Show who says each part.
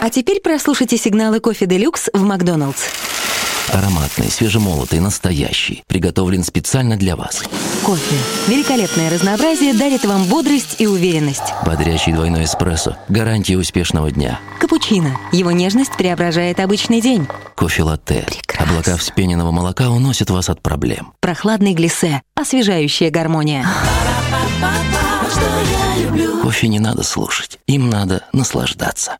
Speaker 1: А теперь прослушайте сигналы кофе Делюкс в Макдоналдс.
Speaker 2: Ароматный, свежемолотый, настоящий. Приготовлен специально для вас.
Speaker 1: Кофе. Великолепное разнообразие дарит вам бодрость и уверенность.
Speaker 2: Бодрящий двойной эспрессо. Гарантия успешного дня.
Speaker 1: Капучино. Его нежность преображает обычный день.
Speaker 2: Кофе-латте.
Speaker 1: Прекрасно.
Speaker 2: Облака вспененного молока уносят вас от проблем.
Speaker 1: Прохладный глиссе. Освежающая гармония.
Speaker 2: Кофе не надо слушать. Им надо наслаждаться.